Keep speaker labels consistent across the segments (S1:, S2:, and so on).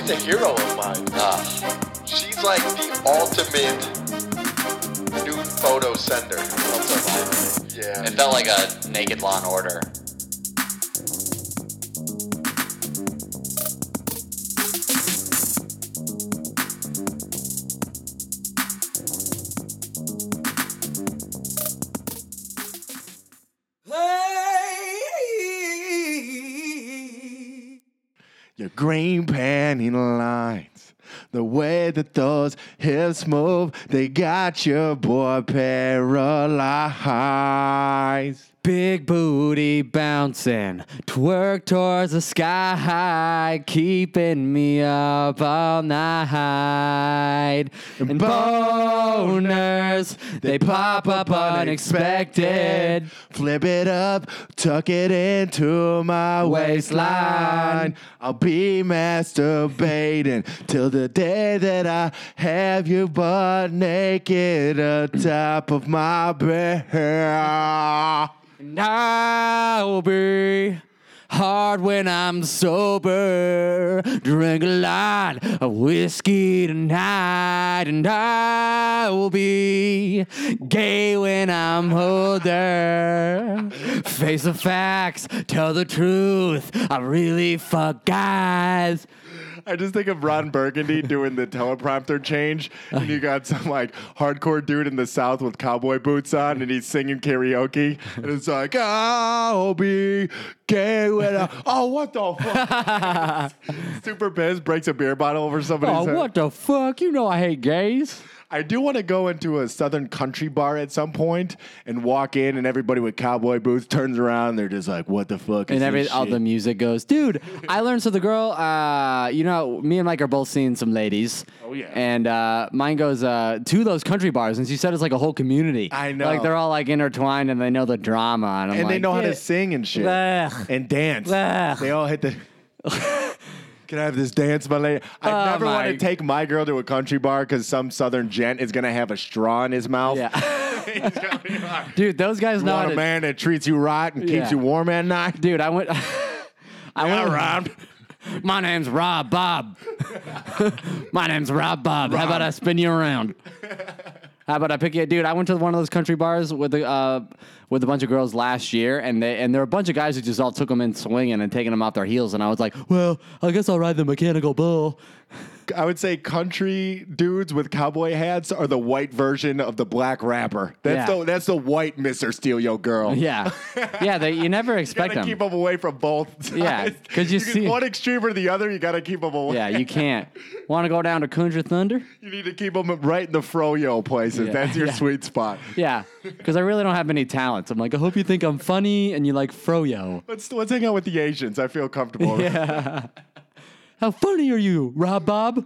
S1: Oh my gosh. She's like the ultimate nude photo sender.
S2: It
S1: Yeah.
S2: felt like a naked Law and Order.
S3: Play.
S4: Your green panning lines, the way that those hips move, they got your boy paralyzed.
S3: Big booty bouncing, twerk towards the sky, keeping me up all night. And boners, they pop up unexpected.
S4: Flip it up, tuck it into my waistline. I'll be masturbating till the day that I have you butt naked atop of my bed.
S3: And I'll be hard when I'm sober. Drink a lot of whiskey tonight, and I will be gay when I'm older. Face the facts, tell the truth. I really fuck guys.
S4: I just think of Ron Burgundy doing the teleprompter change, and you got some like hardcore dude in the South with cowboy boots on, and he's singing karaoke, and it's like, I'll be gay when I-" Oh, what the fuck? Super pissed, breaks a beer bottle over somebody's
S3: Oh,
S4: head.
S3: what the fuck? You know I hate gays.
S4: I do want to go into a Southern country bar at some point and walk in, and everybody with cowboy boots turns around, and they're just like, what the fuck? Is
S3: and every
S4: this
S3: all
S4: shit?"
S3: the music goes, dude. I learned so the girl, uh, you know, me and Mike are both seeing some ladies.
S4: Oh, yeah.
S3: And uh, mine goes uh, to those country bars, and she said it's like a whole community.
S4: I know.
S3: like they're all like intertwined, and they know the drama, and, I'm
S4: and they
S3: like,
S4: know how
S3: "Yeah."
S4: to sing and shit
S3: Ugh.
S4: and dance.
S3: Ugh.
S4: They all hit the. Can I have this dance, my lady? I
S3: Oh,
S4: never want
S3: my-
S4: to take my girl to a country bar because some southern gent is gonna have a straw in his mouth.
S3: Yeah,
S4: He's gonna be like,
S3: dude, those guys
S4: "You
S3: know how
S4: want
S3: to.
S4: a man that treats you right and
S3: Yeah.
S4: keeps you warm at night.
S3: Dude, I went. I went.
S4: Rob.
S3: My name's Rob Bob. My name's Rob Bob. How about I spin you around? How about I pick you, dude? I went to one of those country bars with a uh, with a bunch of girls last year, and they and there were a bunch of guys who just all took them in swinging and taking them off their heels, and I was like, well, I guess I'll ride the mechanical bull.
S4: I would say country dudes with cowboy hats are the white version of the black rapper. That's
S3: Yeah.
S4: the that's the white Mister Steal Your Girl.
S3: Yeah, yeah. They, you never expect
S4: gotta
S3: them.
S4: keep them away from both. Sides.
S3: Yeah, 'cause you
S4: get
S3: see-
S4: one extreme or the other. You gotta keep them away.
S3: yeah, you can't. Want to go down to Kundra Thunder?
S4: You need to keep them right in the froyo places.
S3: Yeah.
S4: That's your
S3: Yeah.
S4: sweet spot.
S3: Yeah, because I really don't have any talents. I'm like, I hope you think I'm funny and you like froyo.
S4: Let's let's hang out with the Asians. I feel comfortable.
S3: Yeah. How funny are you, Rob Bob?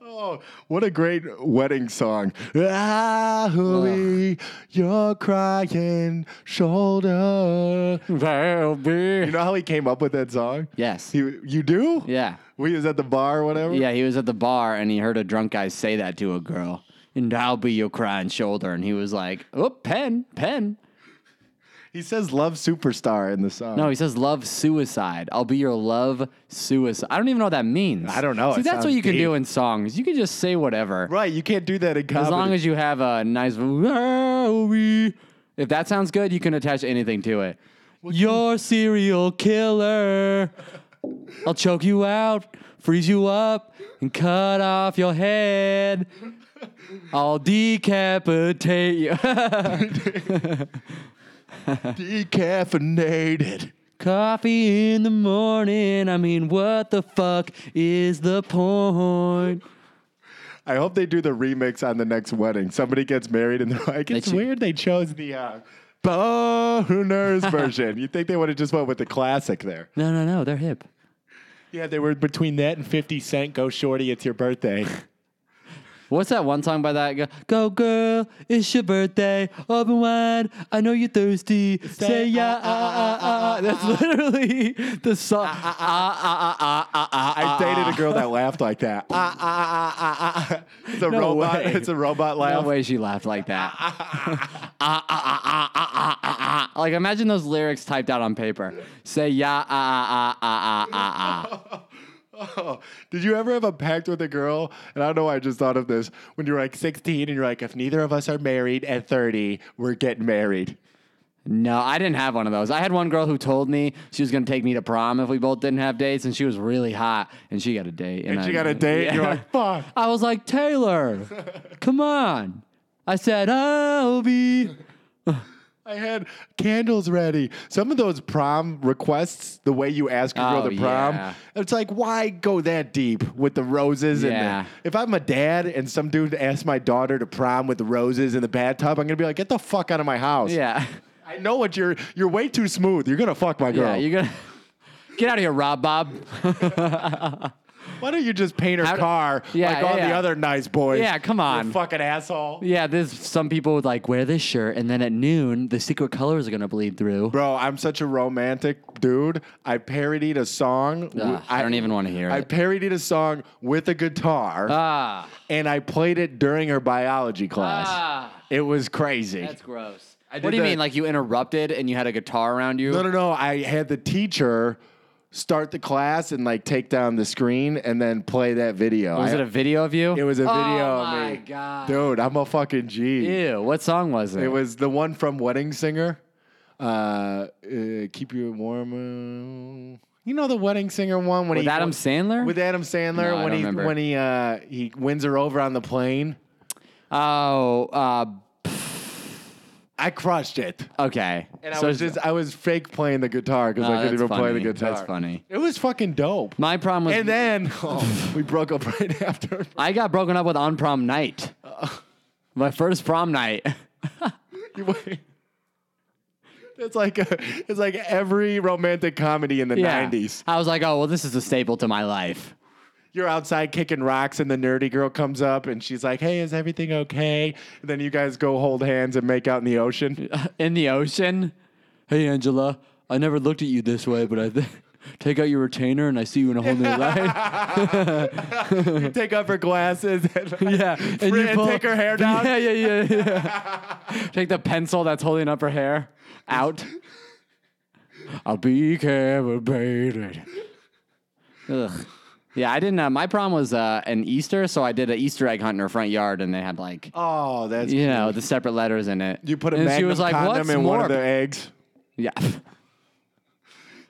S4: Oh, what a great wedding song! Ah, hooey, your crying shoulder. You know how he came up with that song?
S3: Yes.
S4: He, you do?
S3: Yeah.
S4: We was at the bar or whatever.
S3: Yeah, he was at the bar and he heard a drunk guy say that to a girl. And I'll be your crying shoulder. And he was like, oh, pen, pen.
S4: He says "Love Superstar" in the song.
S3: No, he says love suicide. I'll be your love suicide. I don't even know what that means.
S4: I don't know.
S3: See,
S4: It
S3: that's what
S4: sounds
S3: you can do
S4: deep.
S3: in songs. You can just say whatever.
S4: right. You can't do that in comedy.
S3: As long as you have a nice. If that sounds good, you can attach anything to it. You're serial killer. I'll choke you out, freeze you up, and cut off your head. I'll decapitate you.
S4: decaffeinated.
S3: Coffee in the morning. I mean, what the fuck is the point?
S4: I hope they do the remix on the next wedding. Somebody gets married and they're like, it's
S3: cho-
S4: weird they chose the uh, boners version. You think they would have just went with the classic there?
S3: No, no, no. They're hip.
S4: Yeah, they were between that and 50 Cent. Go shorty, it's your birthday.
S3: What's that one song by that? Go, go girl, it's your birthday. Open wide, I know you're thirsty. Say, yeah, ah, ah, ah, ah. That's literally the song. Ah, ah, ah, ah, ah, ah, ah.
S4: I dated a girl that laughed like that. Ah, ah, ah, ah, ah, ah. It's a
S3: No way.
S4: robot. It's a robot
S3: No
S4: laugh.
S3: way she laughed like that. Ah, ah, ah, ah, ah, ah, ah. Like, imagine those lyrics typed out on paper. Say, yeah, ah, ah, ah, ah, ah, ah, ah.
S4: Oh, did you ever have a pact with a girl? And I don't know why I just thought of this. When you were like 16 and you're like, if neither of us are married at 30, we're getting married.
S3: No, I didn't have one of those. I had one girl who told me she was going to take me to prom if we both didn't have dates, and she was really hot, and she got a date.
S4: And
S3: I,
S4: she got a date, and you're like, fuck.
S3: I was like, Taylor, come on. I said, I'll be.
S4: I had candles ready. Some of those prom requests, the way you ask your girl
S3: Oh,
S4: to prom,
S3: yeah.
S4: it's like, why go that deep with the roses?
S3: Yeah.
S4: And the, if I'm a dad and some dude asks my daughter to prom with roses in the bathtub, I'm gonna be like, get the fuck out of my house.
S3: Yeah.
S4: I know what you're. You're way too smooth. You're gonna fuck my girl.
S3: Yeah, you're going to. Get out of here, Rob Bob.
S4: Why don't you just paint her
S3: How do-
S4: car
S3: Yeah,
S4: like all
S3: yeah.
S4: the other nice boys?
S3: Yeah, come
S4: You
S3: on.
S4: fucking asshole.
S3: yeah, there's some people would like wear this shirt, and then at noon, the secret colors are gonna bleed through.
S4: Bro, I'm such a romantic dude. I parodied a song. w-
S3: Ugh, I, don't even want to hear
S4: I
S3: it.
S4: parodied a song with a guitar,
S3: ah,
S4: and I played it during her biology class.
S3: Ah.
S4: It was crazy.
S3: that's gross.
S4: did
S3: What do you
S4: that-
S3: mean? Like you interrupted and you had a guitar around you?
S4: No, no, no. I had the teacher start the class and like take down the screen and then play that video.
S3: Was
S4: I-
S3: it a video of you?
S4: It was a video
S3: Oh
S4: of
S3: my
S4: me.
S3: god.
S4: Dude, I'm a fucking G.
S3: Ew. What song was it?
S4: It was the one from Wedding Singer. Uh, uh, keep you warm. uh, You know the Wedding Singer one when
S3: with
S4: he
S3: Adam Sandler.
S4: with Adam Sandler
S3: No, I
S4: when
S3: don't
S4: he
S3: remember.
S4: when he uh, he wins her over on the plane.
S3: oh, uh,
S4: I crushed it,
S3: okay.
S4: and
S3: So
S4: I was
S3: it's-
S4: just I was fake playing the guitar because
S3: Oh,
S4: I couldn't
S3: that's
S4: even play the
S3: funny.
S4: guitar.
S3: That's funny.
S4: It was fucking dope.
S3: my problem was Oh.
S4: and then we broke up right after.
S3: I got broken up with on prom night. my first prom night.
S4: It's like a, it's like every romantic comedy in the
S3: Yeah.
S4: '90s.
S3: I was like, oh well, this is a staple to my life.
S4: you're outside kicking rocks and the nerdy girl comes up and she's like, "Hey, is everything okay?" And then you guys go hold hands and make out in the ocean.
S3: in the ocean. Hey, Angela, I never looked at you this way, but I th- take out your retainer and I see you in a whole new light.
S4: you take off her glasses and like,
S3: yeah, and
S4: and take her hair down.
S3: Yeah, yeah, yeah, yeah. take the pencil that's holding up her hair out. I'll be captivated. Ugh. Yeah, I didn't. Uh, my prom was uh, an Easter, so I did an Easter egg hunt in her front yard, and they had like,
S4: Oh, that's
S3: you know, the separate letters in it.
S4: you put a
S3: and
S4: magnum
S3: she was like,
S4: condom
S3: "What's
S4: in one of
S3: more?"
S4: the eggs.
S3: Yeah,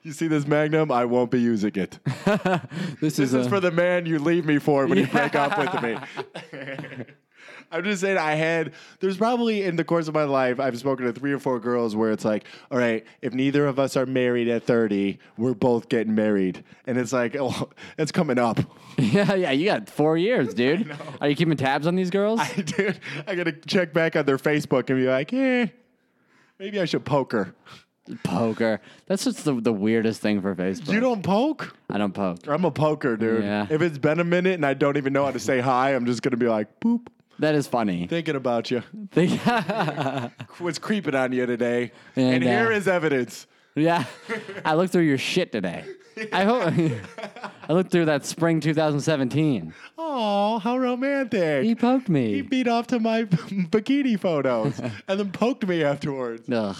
S4: You see this magnum? I won't be using it.
S3: this,
S4: This is uh,
S3: a-
S4: for the man you leave me for when you break up with me. I'm just saying, I had, there's probably in the course of my life, I've spoken to three or four girls where it's like, all right, if neither of us are married at 30, we're both getting married. And it's like, oh, it's coming up.
S3: Yeah, yeah, you got four years, dude. Are you keeping tabs on these girls?
S4: Dude, I got to check back on their Facebook and be like, eh, maybe I should poke her.
S3: Poker. That's just the, the weirdest thing for Facebook.
S4: You don't poke?
S3: I don't poke.
S4: I'm a poker, dude.
S3: Yeah.
S4: If it's been a minute and I don't even know how to say hi, I'm just going to be like, boop,
S3: That is funny.
S4: thinking about you.
S3: They-
S4: was creeping on you today, and,
S3: And, uh,
S4: here is evidence.
S3: yeah, I looked through your shit today. I hope I looked through that spring 2017.
S4: Oh, how romantic!
S3: He poked
S4: He
S3: me.
S4: beat off to my bikini photos and then poked me afterwards.
S3: Ugh.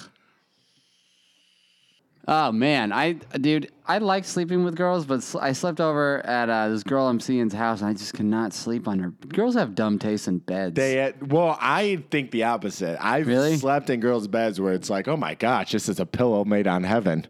S3: Oh man, I dude, I like sleeping with girls, but sl- I slept over at uh, this girl I'm seeing's house, and I just could not sleep on her. Girls have dumb taste in beds.
S4: They had, well, I think the opposite. I've
S3: Really?
S4: slept in girls' beds where it's like, oh my gosh, this is a pillow made on heaven,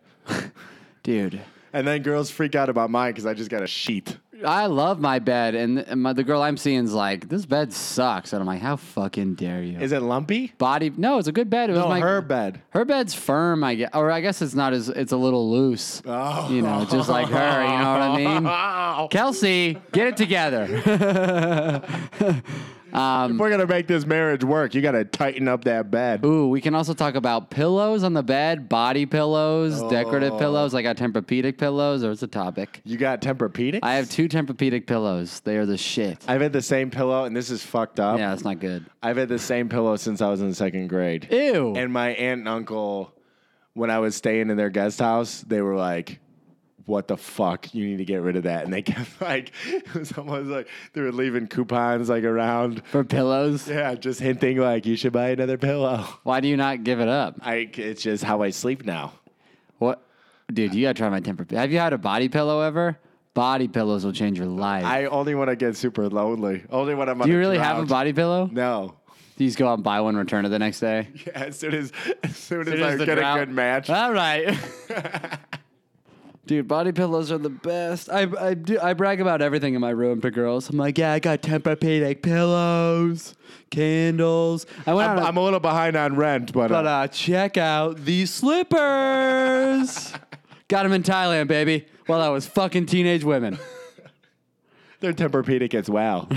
S3: dude.
S4: and then girls freak out about mine because I just got a sheet.
S3: I love my bed, and th- my, the girl I'm seeing's like, "This bed sucks," and I'm like, "How fucking dare you?"
S4: Is it lumpy?
S3: Body? No, it's a good bed. It was
S4: No,
S3: my,
S4: her bed.
S3: Her bed's firm, I guess, or I guess it's not as it's a little loose.
S4: Oh.
S3: You know, just like her. You know what I mean?
S4: Wow.
S3: Kelsey, get it together.
S4: if we're gonna make this marriage work, you gotta tighten up that bed.
S3: Ooh, we can also talk about pillows on the bed, body pillows, decorative
S4: Oh.
S3: pillows. I got Tempur-Pedic pillows. There's a topic.
S4: You got Tempur-Pedic?
S3: I have two Tempur-Pedic pillows. They are the shit.
S4: I've had the same pillow, and this is fucked up.
S3: yeah, it's not good.
S4: I've had the same pillow since I was in second grade.
S3: Ew.
S4: And my aunt and uncle, when I was staying in their guest house, they were like, what the fuck? You need to get rid of that. And they kept like, it was almost like they were leaving coupons like around.
S3: For pillows,
S4: Yeah, just hinting like, you should buy another pillow.
S3: why do you not give it up?
S4: I, it's just how I sleep now.
S3: What, dude? You gotta try my temper. Have you had a body pillow ever? Body pillows will change your life.
S4: I only when I get super lonely. Only when I'm.
S3: Do you really have a body pillow?
S4: No.
S3: Do you just go out and buy one, return it the next day?
S4: Yeah, as soon as as soon as,
S3: Soon as
S4: I
S3: the
S4: get
S3: drought-
S4: a good match,
S3: All right. Dude, body pillows are the best. I I, do, I brag about everything in my room to girls. I'm like, yeah, I got Tempur-Pedic pillows, candles. I went
S4: I'm,
S3: out
S4: I'm a little behind on rent, but,
S3: but
S4: uh,
S3: uh, check out these slippers. got them in Thailand, baby. While I was fucking teenage women.
S4: they're Tempur-Pedic as well.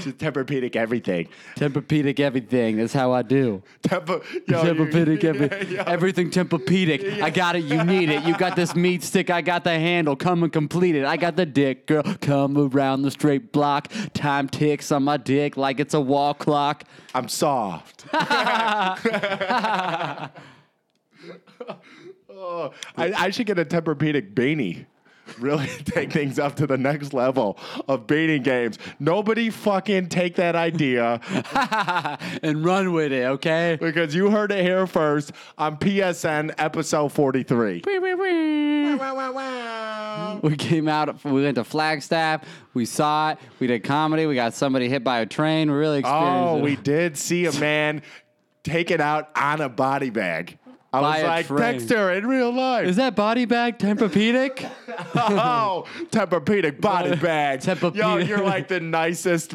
S4: Just Tempur-Pedic everything.
S3: Tempur-Pedic everything. That's how I do.
S4: Tempur,
S3: Tempur-Pedic, every,
S4: yeah, yeah.
S3: everything Tempur-Pedic. I got it, you need it. You got this meat stick, I got the handle, come and complete it. I got the dick, girl, come around the straight block. Time ticks on my dick like it's a wall clock.
S4: I'm soft. oh, I, I should get a Tempur-Pedic beanie. Really take things up to the next level of beanie games. Nobody fucking take that idea
S3: and run with it, okay?
S4: because you heard it here first on PSN episode 43.
S3: We came out, we went to Flagstaff, we saw it, we did comedy, we got somebody hit by a train, we really experienced
S4: Oh,
S3: it.
S4: we did see a man take it out on a body bag. I
S3: By
S4: was
S3: a
S4: like,
S3: train.
S4: Dexter, in real life.
S3: Is that body bag Tempur-Pedic?
S4: oh, Tempur-Pedic body bag. Yo,
S3: Tempur-Pedic.
S4: you're like the nicest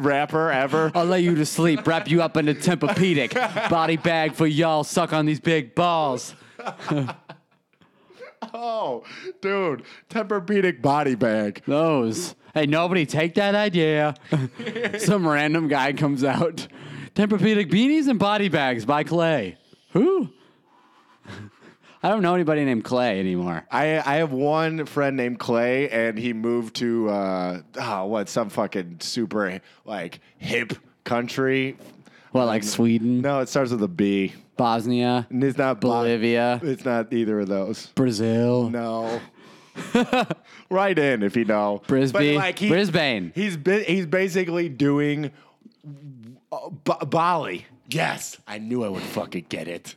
S4: rapper ever.
S3: I'll lay you to sleep, wrap you up in a Tempur-Pedic. Body bag for y'all, suck on these big balls.
S4: Oh, dude, Tempur-Pedic body bag.
S3: Those. Hey, nobody take that idea. Some random guy comes out. Tempur-Pedic beanies and body bags by Clay. Who? I don't know anybody named Clay anymore.
S4: I, I have one friend named Clay, and he moved to uh, oh, what some fucking super like hip country.
S3: What, like Sweden,
S4: No, it starts with a B.
S3: Bosnia,
S4: And It's not Bo-
S3: Bolivia,
S4: It's not either of those.
S3: Brazil?
S4: No. right in if you know
S3: Brisbane. Brisbane.
S4: He's been. He's basically doing uh, B- Bali. Yes, I knew I would fucking get it.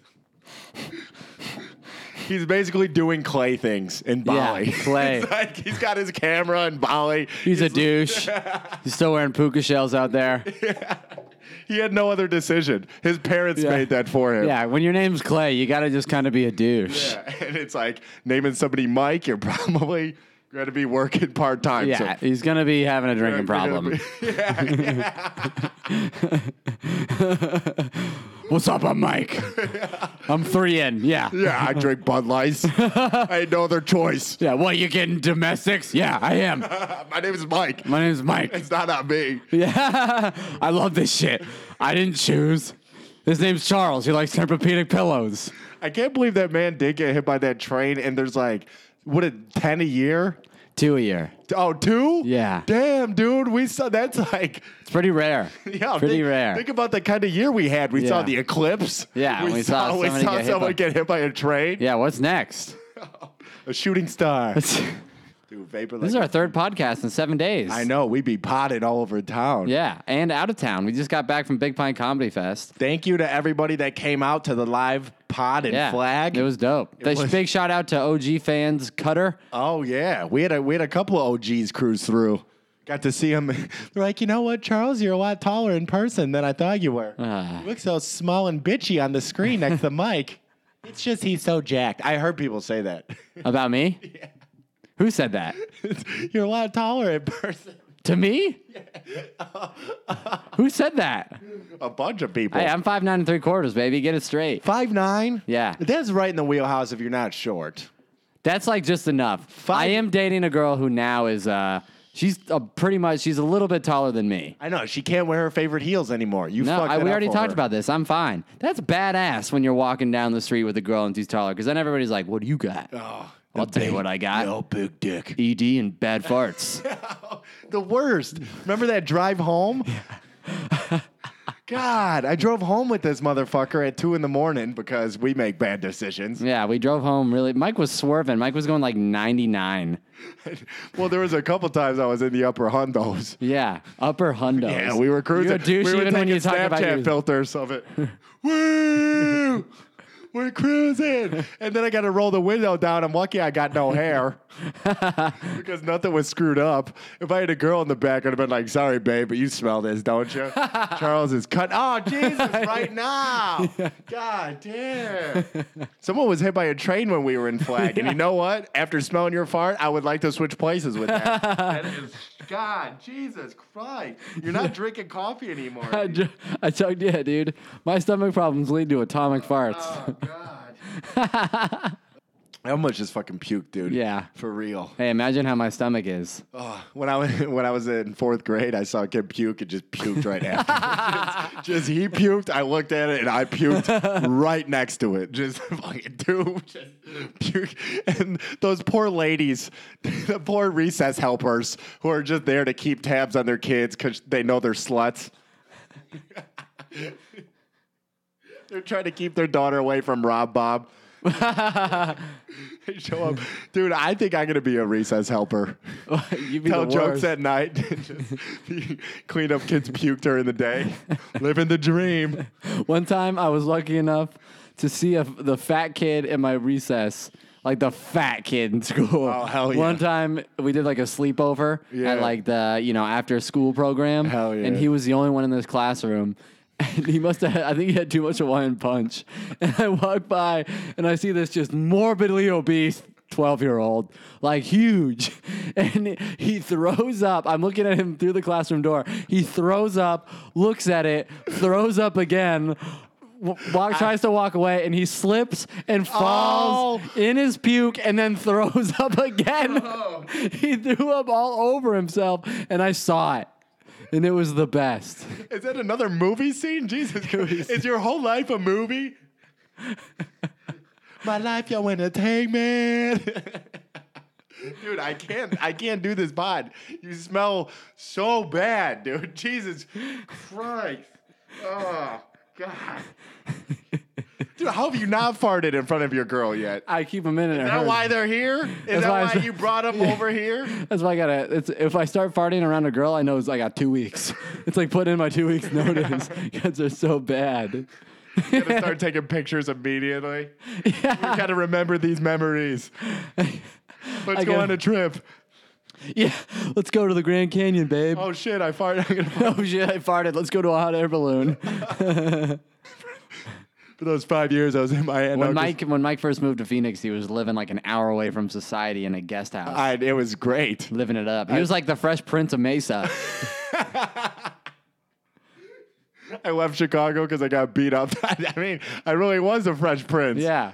S4: he's basically doing clay things in Bali.
S3: clay.
S4: It's like he's got his camera in Bali.
S3: He's a douche. He's still wearing puka shells out there.
S4: He had no other decision. His parents
S3: Yeah.
S4: made that for him.
S3: Yeah, when your name's Clay, you gotta just kind of be a douche.
S4: Yeah, And it's like naming somebody Mike. You're probably going to be working part time.
S3: Yeah,
S4: So
S3: he's gonna be having a drinking
S4: You're
S3: problem.
S4: gonna be- Yeah, yeah.
S3: What's up, I'm Mike. I'm three in. Yeah.
S4: Yeah, I drink Bud Lights. I had no other choice.
S3: Yeah, what you getting domestics? Yeah, I am.
S4: My name is Mike.
S3: My name's Mike.
S4: It's not on me.
S3: Yeah, I love this shit. I didn't choose. His name's Charles. He likes Tempur-Pedic pillows.
S4: I can't believe that man did get hit by that train and there's like, what, a 10 a year?
S3: Two a year.
S4: Oh, two?
S3: Yeah.
S4: Damn, dude. We saw that's like,
S3: It's pretty rare.
S4: yeah,
S3: pretty
S4: think,
S3: rare.
S4: Think about the kind of year we had. We saw
S3: Yeah.
S4: the eclipse.
S3: Yeah, we saw
S4: we
S3: somebody
S4: saw
S3: get hit
S4: someone
S3: by-
S4: get hit by a train.
S3: yeah, what's next?
S4: A shooting star.
S3: this
S4: dude, vapor
S3: is
S4: like-
S3: our third podcast in seven days.
S4: I know. We be potted all over town.
S3: Yeah, and out of town. We just got back from Big Pine Comedy Fest.
S4: Thank you to everybody that came out to the live pod and
S3: Yeah,
S4: flag.
S3: It was dope. Big-
S4: was-
S3: Big shout out to OG fans Cutter.
S4: Oh yeah, we had a we had a couple of OGs cruise through. Got to see him. They're like, you know what, Charles, you're a lot taller in person than I thought you were.
S3: Ah.
S4: you look so small and bitchy on the screen next to Mike. It's just he's so jacked. I heard people say that.
S3: About me? Who said that?
S4: you're a lot taller in person.
S3: To me? Who said that?
S4: A bunch of people.
S3: Hey, I'm five nine and three quarters, baby. Get it straight.
S4: five nine.
S3: Yeah.
S4: that's right in the wheelhouse if you're not short.
S3: That's like just enough.
S4: Five-
S3: I am dating a girl who now is uh she's uh, pretty much she's a little bit taller than me.
S4: I know she can't wear her favorite heels anymore. You
S3: No,
S4: fucked
S3: I,
S4: that
S3: we
S4: up
S3: already
S4: for
S3: talked
S4: her.
S3: about this. I'm fine. That's badass when you're walking down the street with a girl and she's taller because then everybody's like, "What do you got?"
S4: Oh,
S3: I'll
S4: the
S3: tell you
S4: big-
S3: what I got.
S4: No big dick.
S3: ED and bad farts.
S4: The worst. Remember that drive home? God, I drove home with this motherfucker at two in the morning because we make bad decisions.
S3: yeah, we drove home really. Mike was swerving. Mike was going like 99.
S4: Well, there was a couple times I was in the upper hundos.
S3: Yeah, upper hundos.
S4: Yeah, we were cruising.
S3: You're a douche
S4: we were
S3: even when
S4: taking
S3: you talk
S4: Snapchat
S3: about your
S4: filters of it. Woo! We're cruising, and then I got to roll the window down. I'm lucky I got no hair. because nothing was screwed up. If I had a girl in the back, I'd have been like, sorry, babe, but you smell this, don't you? Charles is cut. Oh, Jesus, right now. God damn. Someone was hit by a train when we were in Flag. And you know what? After smelling your fart, I would like to switch places with that. that is, God, Jesus Christ. You're not drinking coffee anymore.
S3: I, ju- I chugged yeah, dude. My stomach problems lead to atomic farts.
S4: Oh, God. I almost just fucking puked, dude.
S3: Yeah.
S4: For real.
S3: Hey, imagine how my stomach is.
S4: Oh, when I was, when I was in fourth grade, I saw a kid puke and just puked right after. just, just he puked. I looked at it and I puked right next to it. Just fucking dude, just puke. And those poor ladies, the poor recess helpers who are just there to keep tabs on their kids because they know they're sluts. they're trying to keep their daughter away from Rob Bob. They show up, dude. I think I'm gonna be a recess helper.
S3: You'd be
S4: Oh, Tell
S3: the
S4: jokes
S3: worst.
S4: at night. Just be- clean up kids puke during the day. Living the dream.
S3: One time I was lucky enough to see a, the fat kid in my recess, like the fat kid in school.
S4: Oh, hell yeah.
S3: One time we did like a sleepover
S4: Yeah.
S3: at like the, you know, after school program.
S4: Hell yeah.
S3: And he was the only one in this classroom. And he must have, I think he had too much Hawaiian punch. And I walk by and I see this just morbidly obese 12 year old, like huge. And he throws up. I'm looking at him through the classroom door. He throws up, looks at it, throws up again. w- Walk, tries to walk away and he slips and
S4: Oh,
S3: falls in his puke and then throws up again.
S4: Oh.
S3: he threw up all over himself and I saw it and it was the best.
S4: Is that another movie scene? Jesus, Christ. is your whole life a movie? My life, your entertainment. Dude, I can't. I can't do this pod. You smell so bad, dude. Jesus Christ. Oh God. Dude, how have you not farted in front of your girl yet?
S3: I keep them in and it
S4: Is that
S3: hurts.
S4: why they're here? Is
S3: That's
S4: that
S3: why I
S4: why
S3: said-
S4: you brought them over here?
S3: That's why I gotta. It's if I start farting around a girl, I know it's like I got two weeks. it's like putting in my two weeks notice because they're so bad.
S4: You gotta start taking pictures immediately. We gotta remember these memories. Let's
S3: I
S4: go
S3: get-
S4: on a trip.
S3: Yeah, let's go to the Grand Canyon, babe. Oh,
S4: Oh shit, I farted. I'm gonna fart
S3: shit, I farted. Let's go to a hot air balloon.
S4: for those five years I was in my aunt and
S3: when
S4: uncle's-
S3: Mike when Mike first moved to Phoenix, he was living like an hour away from society in a guest house,
S4: I, it was great.
S3: living it up. He was like the Fresh Prince of Mesa.
S4: I left Chicago because I got beat up. I mean, I really was a Fresh Prince.
S3: yeah,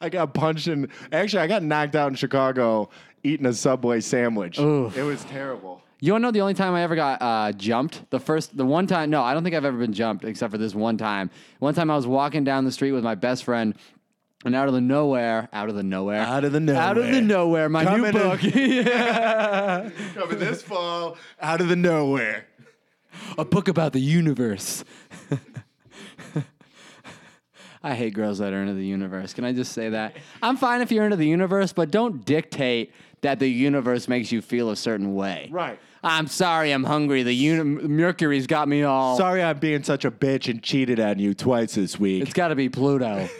S4: I got punched in. Actually, I got knocked out in Chicago eating a Subway sandwich.
S3: Oof.
S4: It was terrible.
S3: you wanna know the only time I ever got uh, jumped? The first, the one time. No, I don't think I've ever been jumped except for this one time. One time I was walking down the street with my best friend. And out of the nowhere, out of the nowhere,
S4: of the nowhere.
S3: Out of the nowhere, my new
S4: Coming
S3: book. Yeah.
S4: Coming this fall, out of the nowhere.
S3: A book about the universe. I hate girls that are into the universe. Can I just say that? I'm fine if you're into the universe, but don't dictate that the universe makes you feel a certain way.
S4: Right.
S3: I'm sorry, I'm hungry. The uni- Mercury's got me all.
S4: Sorry I'm being such a bitch and cheated on you twice this week.
S3: It's got to be Pluto.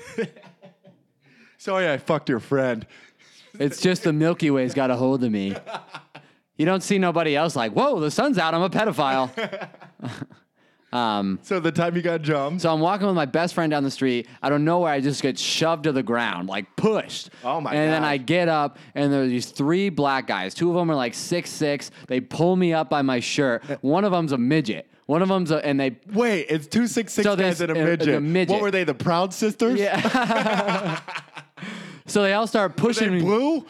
S4: Sorry I fucked your friend.
S3: it's just the Milky Way's got a hold of me. You don't see nobody else like, whoa, the sun's out. I'm a pedophile.
S4: So the time you got jumped.
S3: So I'm walking with my best friend down the street. I don't know where I just get shoved to the ground, like pushed.
S4: Oh, my
S3: And then
S4: God.
S3: I get up, and there's these three black guys. Two of them are like six six. They pull me up by my shirt. One of them's a midget. One of them's a, and they
S4: Wait, it's two six six
S3: So
S4: guys
S3: there's
S4: and a
S3: a- a
S4: midget.
S3: midget.
S4: What were they, the Proud Sisters?
S3: yeah. so they all start
S4: They
S3: pushing me.
S4: blue?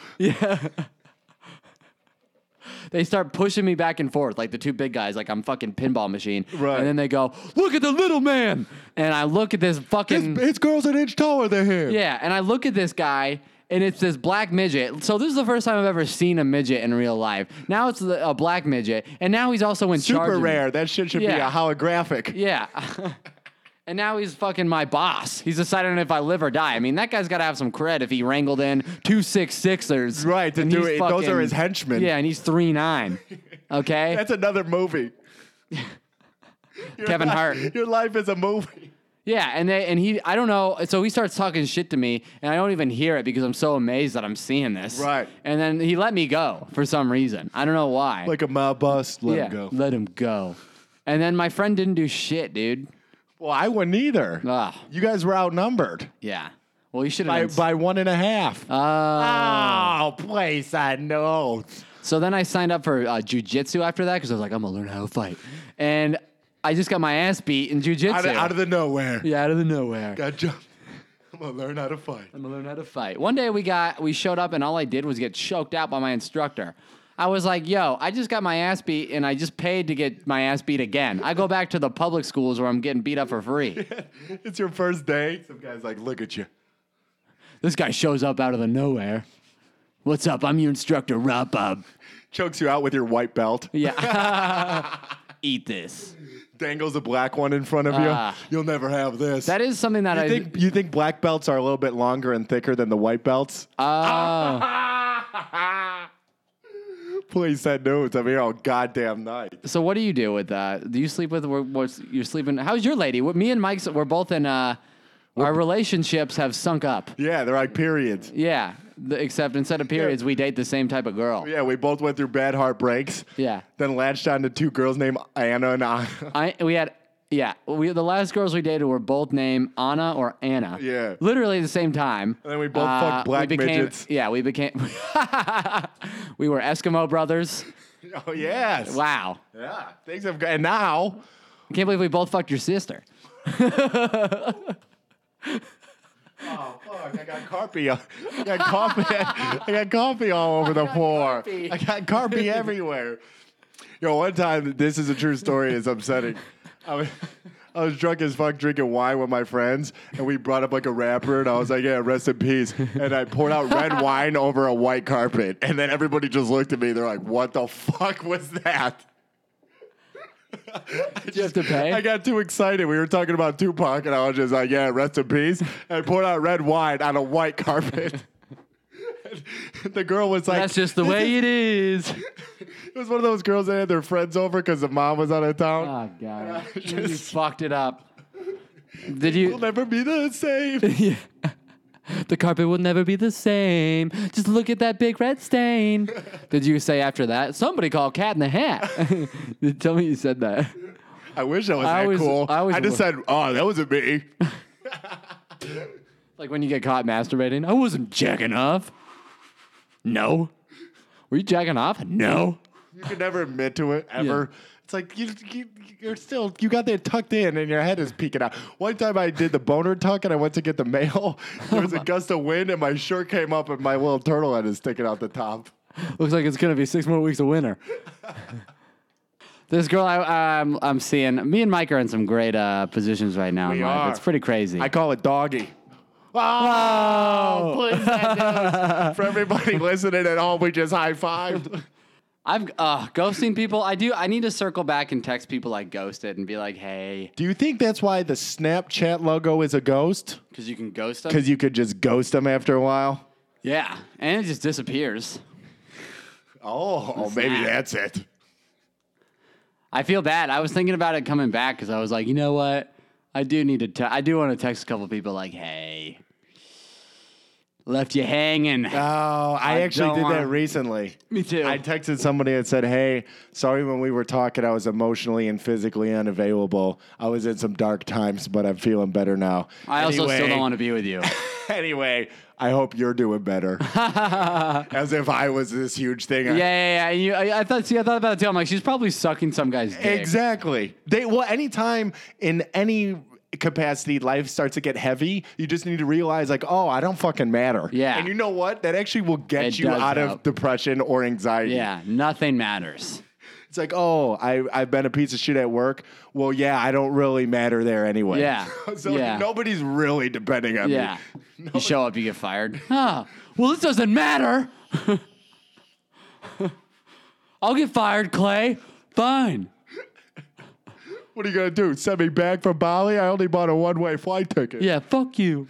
S3: They start pushing me back and forth, like the two big guys, like I'm fucking pinball machine.
S4: Right.
S3: And then they go, "Look at the little man," and I look at this
S4: His,
S3: fucking.
S4: his girl's an inch taller than him.
S3: Yeah, and I look at this guy, and it's this black midget. So this is the first time I've ever seen a midget in real life. Now it's the, a black midget, and now he's also in
S4: Super
S3: charge. of me.
S4: rare. That shit should be
S3: Yeah.
S4: a holographic.
S3: Yeah. And now he's fucking my boss. He's deciding if I live or die. I mean, that guy's got to have some cred if he wrangled in two six sixers.
S4: Right, to
S3: and
S4: do
S3: he's
S4: it. Those are his henchmen.
S3: Yeah, and he's three nine. Okay,
S4: That's another movie. Your
S3: Kevin
S4: li-
S3: Hart.
S4: Your life is a movie.
S3: Yeah, and they and he I don't know. So he starts talking shit to me, and I don't even hear it because I'm so amazed that I'm seeing this.
S4: Right.
S3: And then he let me go for some reason. I don't know why.
S4: Like a mob bust, let
S3: yeah,
S4: him go.
S3: let him go. And then my friend didn't do shit, dude.
S4: Well, I wouldn't either.
S3: Ugh.
S4: You guys were outnumbered
S3: Yeah. Well, you should
S4: by,
S3: have.
S4: by one and a half.
S3: Ah.
S4: oh, place I know.
S3: So then I signed up for uh, jujitsu after that because I was like, I'm gonna learn how to fight, and I just got my ass beat in
S4: Out
S3: jujitsu.
S4: of, out of the nowhere.
S3: yeah, out of the nowhere.
S4: Got jumped. I'm gonna learn how to fight.
S3: I'm gonna learn how to fight. One day we got we showed up and all I did was get choked out by my instructor. I was like, yo, I just got my ass beat and I just paid to get my ass beat again. I go back to the public schools where I'm getting beat up for free.
S4: It's your first day. Some guy's like, look at you.
S3: this guy shows up out of the nowhere. What's up? I'm your instructor, Rob Bob.
S4: Chokes you out with your white belt.
S3: Yeah. Eat this.
S4: Dangles a black one in front of
S3: Ah.
S4: you. You'll never have this.
S3: That is something that
S4: you
S3: I
S4: think you think black belts are a little bit longer and thicker than the white belts?
S3: Ah.
S4: Please send notes. I'm here all goddamn night.
S3: So what do you do with that? Do you sleep with wh- what's you're sleeping? How's your lady? What- Me and Mike's we're both in uh our relationships have sunk up.
S4: Yeah, they're like periods.
S3: Yeah. The, except instead of periods, we date the same type of girl.
S4: Yeah, we both went through bad heartbreaks.
S3: Yeah.
S4: Then latched on to two girls named Anna and Anna.
S3: I we had yeah we the last girls we dated were both named Anna or Anna.
S4: Yeah.
S3: Literally the same time. Uh,
S4: And then we both fucked black
S3: we became,
S4: midgets.
S3: Yeah, we became. we were Eskimo brothers.
S4: oh yes.
S3: Wow.
S4: Yeah. Things have got and now
S3: I can't believe we both fucked your sister.
S4: Oh fuck! I got carpy. I got coffee. I got coffee all over the floor.
S3: carpy.
S4: I got carpy everywhere. Yo, one time, this is a true story. It's upsetting. I was, I was drunk as fuck drinking wine with my friends, and we brought up like a rapper, and I was like, "Yeah, rest in peace." And I poured out red wine over a white carpet, and then everybody just looked at me. They're like, "What the fuck was that?"
S3: Did you have to pay?
S4: I got too excited. We were talking about Tupac, and I was just like, "Yeah, rest in peace." And I poured out red wine on a white carpet. the girl was like,
S3: That's just the way it is.
S4: It was one of those girls that had their friends over because the mom was out of town.
S3: Oh god, you
S4: Just-
S3: fucked it up. Did
S4: We'll
S3: you?
S4: never be the same.
S3: Yeah. The carpet will never be the same. Just look at that big red stain. Did you say after that? Somebody call Cat in the Hat. Tell me you said that.
S4: I wish I was
S3: I
S4: that
S3: was-
S4: cool.
S3: I
S4: I,
S3: was-
S4: just said, "Oh, that wasn't me."
S3: Like when you get caught masturbating. I wasn't jacking off. No. Were you jacking off? No.
S4: You can never admit to it ever. It's like you, you, you're still you got that tucked in and your head is peeking out. One time I did the boner tuck and I went to get the mail. There was a gust of wind and my shirt came up and my little turtle head is sticking out the top.
S3: Looks like it's gonna be six more weeks of winter. this girl I, I'm I'm seeing. Me and Mike are in some great uh, positions right now. in
S4: We
S3: life.
S4: are.
S3: It's pretty crazy.
S4: I call it doggy. Oh, please, that goes. for everybody listening at home, we just high fived.
S3: I've uh, ghosting people. I do. I need to circle back and text people I ghosted and be like, hey,
S4: Do you think that's why the Snapchat logo is a ghost?
S3: because you can ghost them.
S4: Because you could just ghost them after a while.
S3: yeah, and it just disappears.
S4: Oh, maybe that's it.
S3: I feel bad. I was thinking about it coming back because I was like, you know what? I do need to. Te- I do want to text a couple people like, hey, left you hanging.
S4: Oh, I, actually
S3: don't
S4: did
S3: wanna-
S4: that recently.
S3: Me too.
S4: I texted somebody and said, "Hey, sorry when we were talking, I was emotionally and physically unavailable. I was in some dark times, but I'm feeling better now."
S3: I also still don't
S4: Anyway-
S3: want to be with you.
S4: Anyway, I hope you're doing better. As if I was this huge thing.
S3: Yeah, yeah, yeah. And you, I, I thought, see, I thought about it too. I'm like, she's probably sucking some guy's dick.
S4: Exactly. They well, anytime in any capacity life starts to get heavy, you just need to realize like, oh, I don't fucking matter.
S3: Yeah.
S4: And you know what? That actually will get
S3: It
S4: you
S3: does
S4: out
S3: help.
S4: of depression or anxiety.
S3: Yeah, nothing matters.
S4: It's like, oh, I, I've been a piece of shit at work. Well, yeah, I don't really matter there anyway.
S3: Yeah.
S4: so
S3: Yeah.
S4: nobody's really depending on
S3: Yeah.
S4: me.
S3: You show up, you get fired. Oh, well, this doesn't matter. I'll get fired, Clay. Fine.
S4: What are you gonna do? Send me back from Bali? I only bought a one way flight ticket.
S3: Yeah, fuck you.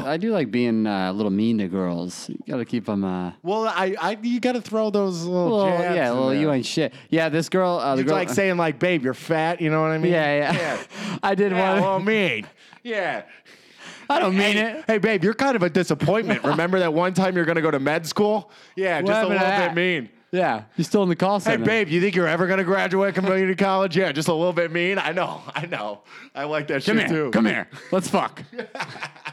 S3: I do like being uh, a little mean to girls. You gotta keep them. Uh,
S4: Well, I, I you got to throw those little,
S3: little,
S4: jabs
S3: yeah,
S4: in
S3: little
S4: there.
S3: you ain't shit. Yeah, this girl. Uh, the
S4: It's
S3: girl.
S4: like saying like, babe, you're fat. You know what I mean?
S3: yeah, yeah. I did
S4: Yeah,
S3: one.
S4: well, mean. Yeah.
S3: I don't mean
S4: hey,
S3: it.
S4: Hey, babe, you're kind of a disappointment. Remember that one time you're going to go to med school? Yeah,
S3: What
S4: just a
S3: happened
S4: little
S3: to
S4: bit
S3: that?
S4: mean.
S3: Yeah, you're still in the call
S4: Hey,
S3: center.
S4: babe, you think you're ever going to graduate community college? Yeah, just a little bit mean. I know. I know. I like that
S3: Come
S4: shit
S3: here.
S4: too.
S3: Come here. Let's fuck.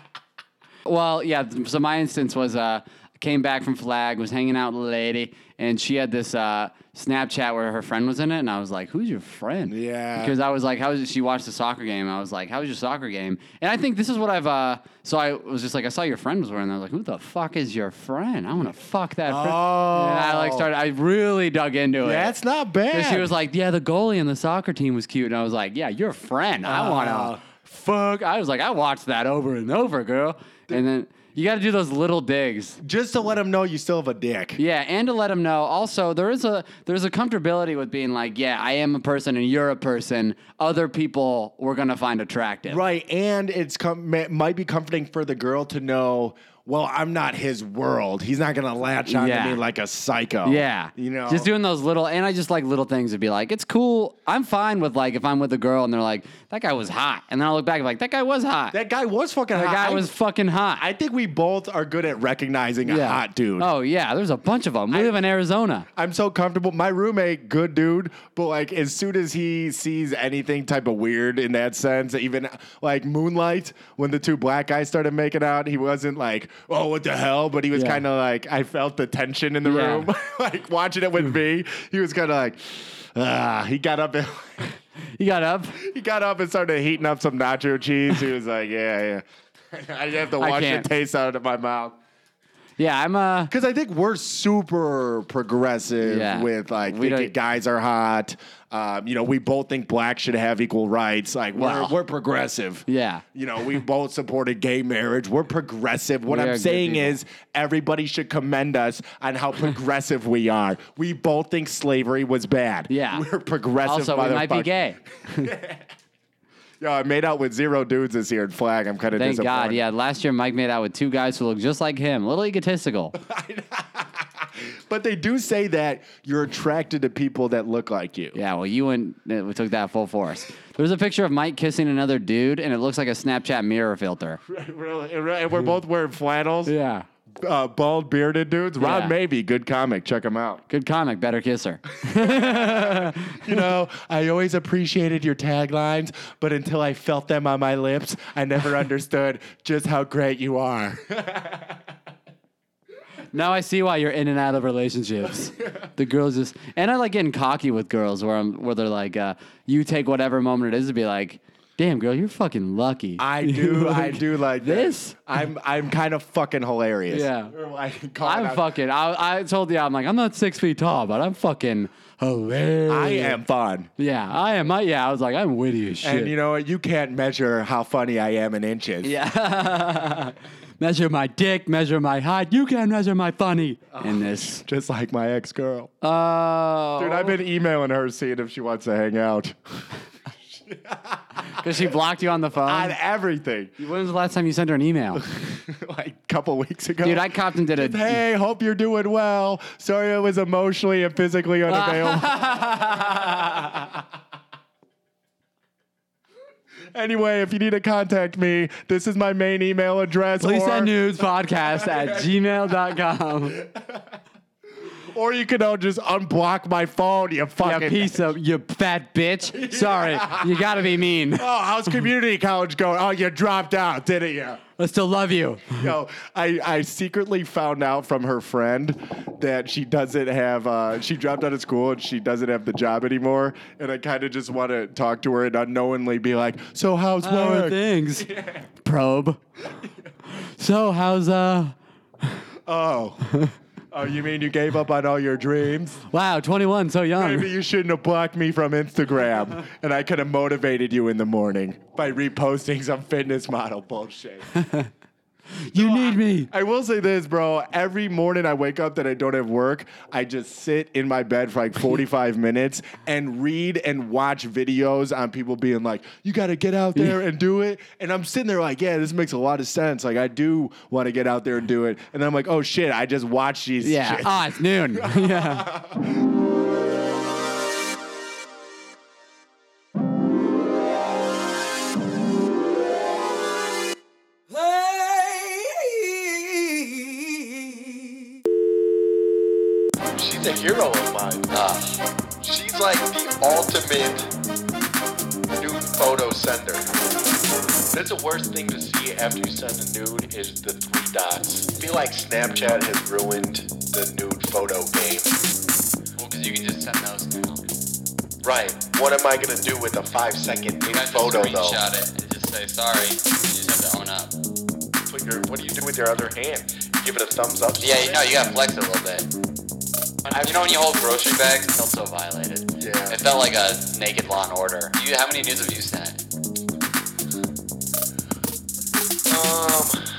S3: well, yeah. th- So my instance was uh, came back from flag, was hanging out with a lady, and she had this uh, Snapchat where her friend was in it, and I was like, "Who's your friend?"
S4: Yeah.
S3: Because I was like, "How was?" She watched the soccer game. I was like, "How was your soccer game?" And I think this is what I've. Uh, so I was just like, I saw your friend was wearing. that. I was like, "Who the fuck is your friend?" I want to fuck that friend. And I like
S4: Oh.
S3: started. I really dug into it.
S4: That's not
S3: And
S4: bad.
S3: she was like, "Yeah, the goalie on the soccer team was cute," and I was like, "Yeah, your friend. I want
S4: Oh.
S3: to fuck." I was like, "I watched that over and over, girl." And then you got to do those little digs,
S4: just to let them know you still have a dick.
S3: yeah, and to let them know. Also, there is a there's a comfortability with being like, "Yeah, I am a person, and you're a person. Other people we're gonna find attractive."
S4: Right, and it's com- ma- might be comforting for the girl to know. Well, I'm not his world. He's not gonna latch on
S3: Yeah.
S4: to me like a psycho.
S3: Yeah.
S4: you know,
S3: Just doing those little, and I just like little things to be like, it's cool. I'm fine with like if I'm with a girl and they're like, that guy was hot. And then I'll look back and be like, that guy was hot. That,
S4: that guy was fucking. hot.
S3: guy
S4: I-
S3: was fucking hot.
S4: I think we both are good at recognizing a hot dude.
S3: Oh yeah, there's a bunch of them. We live in Arizona.
S4: I'm so comfortable. My roommate, good dude, but like as soon as he sees anything type of weird in that sense, even like Moonlight, when the two black guys started making out, he wasn't like, oh, what the hell? But he was
S3: Yeah.
S4: kind of like, I felt the tension in the
S3: Yeah. Hmm.
S4: room. like watching it with me, he was kind of like, ah, he got up and.
S3: You got up.
S4: He got up and started heating up some nacho cheese. He was like, "Yeah, yeah." I have to
S3: I
S4: wash the
S3: can't.
S4: taste out of my mouth.
S3: Yeah, I'm uh
S4: Because I think we're super progressive
S3: Yeah.
S4: with like
S3: We
S4: thinking
S3: don't-
S4: guys are hot. Um, you know, we both think black should have equal rights. Like we're
S3: Wow.
S4: we're progressive.
S3: yeah.
S4: You know, we both supported gay marriage. We're progressive. What
S3: We are
S4: I'm
S3: good
S4: saying
S3: people.
S4: is everybody should commend us on how progressive we are. We both think slavery was bad.
S3: Yeah.
S4: We're progressive.
S3: Also, we might be
S4: motherfuckers.
S3: gay.
S4: Yo, I made out with zero dudes this year in flag. I'm kind of
S3: Thank
S4: disappointed.
S3: God. Yeah, last year Mike made out with two guys who look just like him. A little egotistical.
S4: But they do say that you're attracted to people that look like you.
S3: Yeah, well, you and uh, we took that full force. There's a picture of Mike kissing another dude, and it looks like a Snapchat mirror filter.
S4: Really? And we're- and we're both wearing flannels.
S3: Yeah.
S4: Uh, bald, bearded dudes. Ron
S3: Yeah.
S4: Mabey, good comic. Check him out.
S3: Good comic, better kisser.
S4: You know, I always appreciated your taglines, but until I felt them on my lips, I never understood just how great you are.
S3: Now I see why you're in and out of relationships. the girls just and I like getting cocky with girls where I'm where they're like, uh, you take whatever moment it is to be like, damn girl, you're fucking lucky.
S4: I do, I
S3: Like,
S4: do like
S3: this?
S4: I'm, I'm kind of fucking hilarious.
S3: Yeah.
S4: Or like, calling
S3: I'm
S4: out-
S3: fucking. I, I told you, I'm like, I'm not six feet tall, but I'm fucking hilarious.
S4: I am fun.
S3: Yeah, I am. I, yeah, I was like, I'm witty as shit.
S4: And you know what? You can't measure how funny I am in inches.
S3: yeah. measure my dick, measure my height. You can measure my funny.
S4: Oh.
S3: In this.
S4: Just like my ex girl.
S3: Oh.
S4: Dude, I've been emailing her, seeing if she wants to hang out.
S3: Because she blocked you on the phone.
S4: On everything.
S3: when was the last time you sent her an email?
S4: like a couple weeks ago.
S3: Dude, I copped and did a.
S4: Hey, hope you're doing well. Sorry I was emotionally and physically unavailable. anyway, if you need to contact me, this is my main email address.
S3: Please
S4: or,
S3: send nudes podcast at gmail.com.
S4: or you can all just unblock my phone, you fucking
S3: You piece of, you fat bitch. Sorry, you gotta be mean.
S4: Oh, how's community college going? Oh, you dropped out, didn't you?
S3: I still love you.
S4: Yo, I, I secretly found out from her friend that she doesn't have, uh, she dropped out of school and she doesn't have the job anymore. And I kind of just want to talk to her and unknowingly be like, so how's
S3: Lower
S4: work?
S3: things. Probe. So how's uh?
S4: Oh. Oh, you mean you gave up on all your dreams?
S3: Wow, 21, so young.
S4: Maybe you shouldn't have blocked me from Instagram, and I could have motivated you in the morning by reposting some fitness model bullshit.
S3: You need me.
S4: I will say this, bro. Every morning I wake up that I don't have work, I just sit in my bed for like 45 minutes and read and watch videos on people being like, you got to get out there and do it. And I'm sitting there like, yeah, this makes a lot of sense. Like, I do want to get out there and do it. And then I'm like, oh shit, I just watched these.
S3: Yeah.
S4: shit.
S3: Oh, it's noon. yeah.
S1: She's a hero of mine.
S2: Uh,
S1: She's like the ultimate nude photo sender.
S2: that's the worst thing to see after you send a nude is the three dots.
S1: I feel like Snapchat has ruined the nude photo game.
S2: Well, because you can just send those now.
S1: Right. What am I gonna do with a five second
S2: You
S1: nude
S2: got to
S1: photo though?
S2: screenshot it and just say sorry. You just have to own up.
S1: Put your, what do you do with your other hand? Give it a thumbs up.
S2: Yeah, you know, you got to flex it a little bit. When- You know when you hold grocery bags, it felt so violated.
S1: Yeah.
S2: It felt like a naked Law and Order. You, how many nudes have you sent?
S1: Um,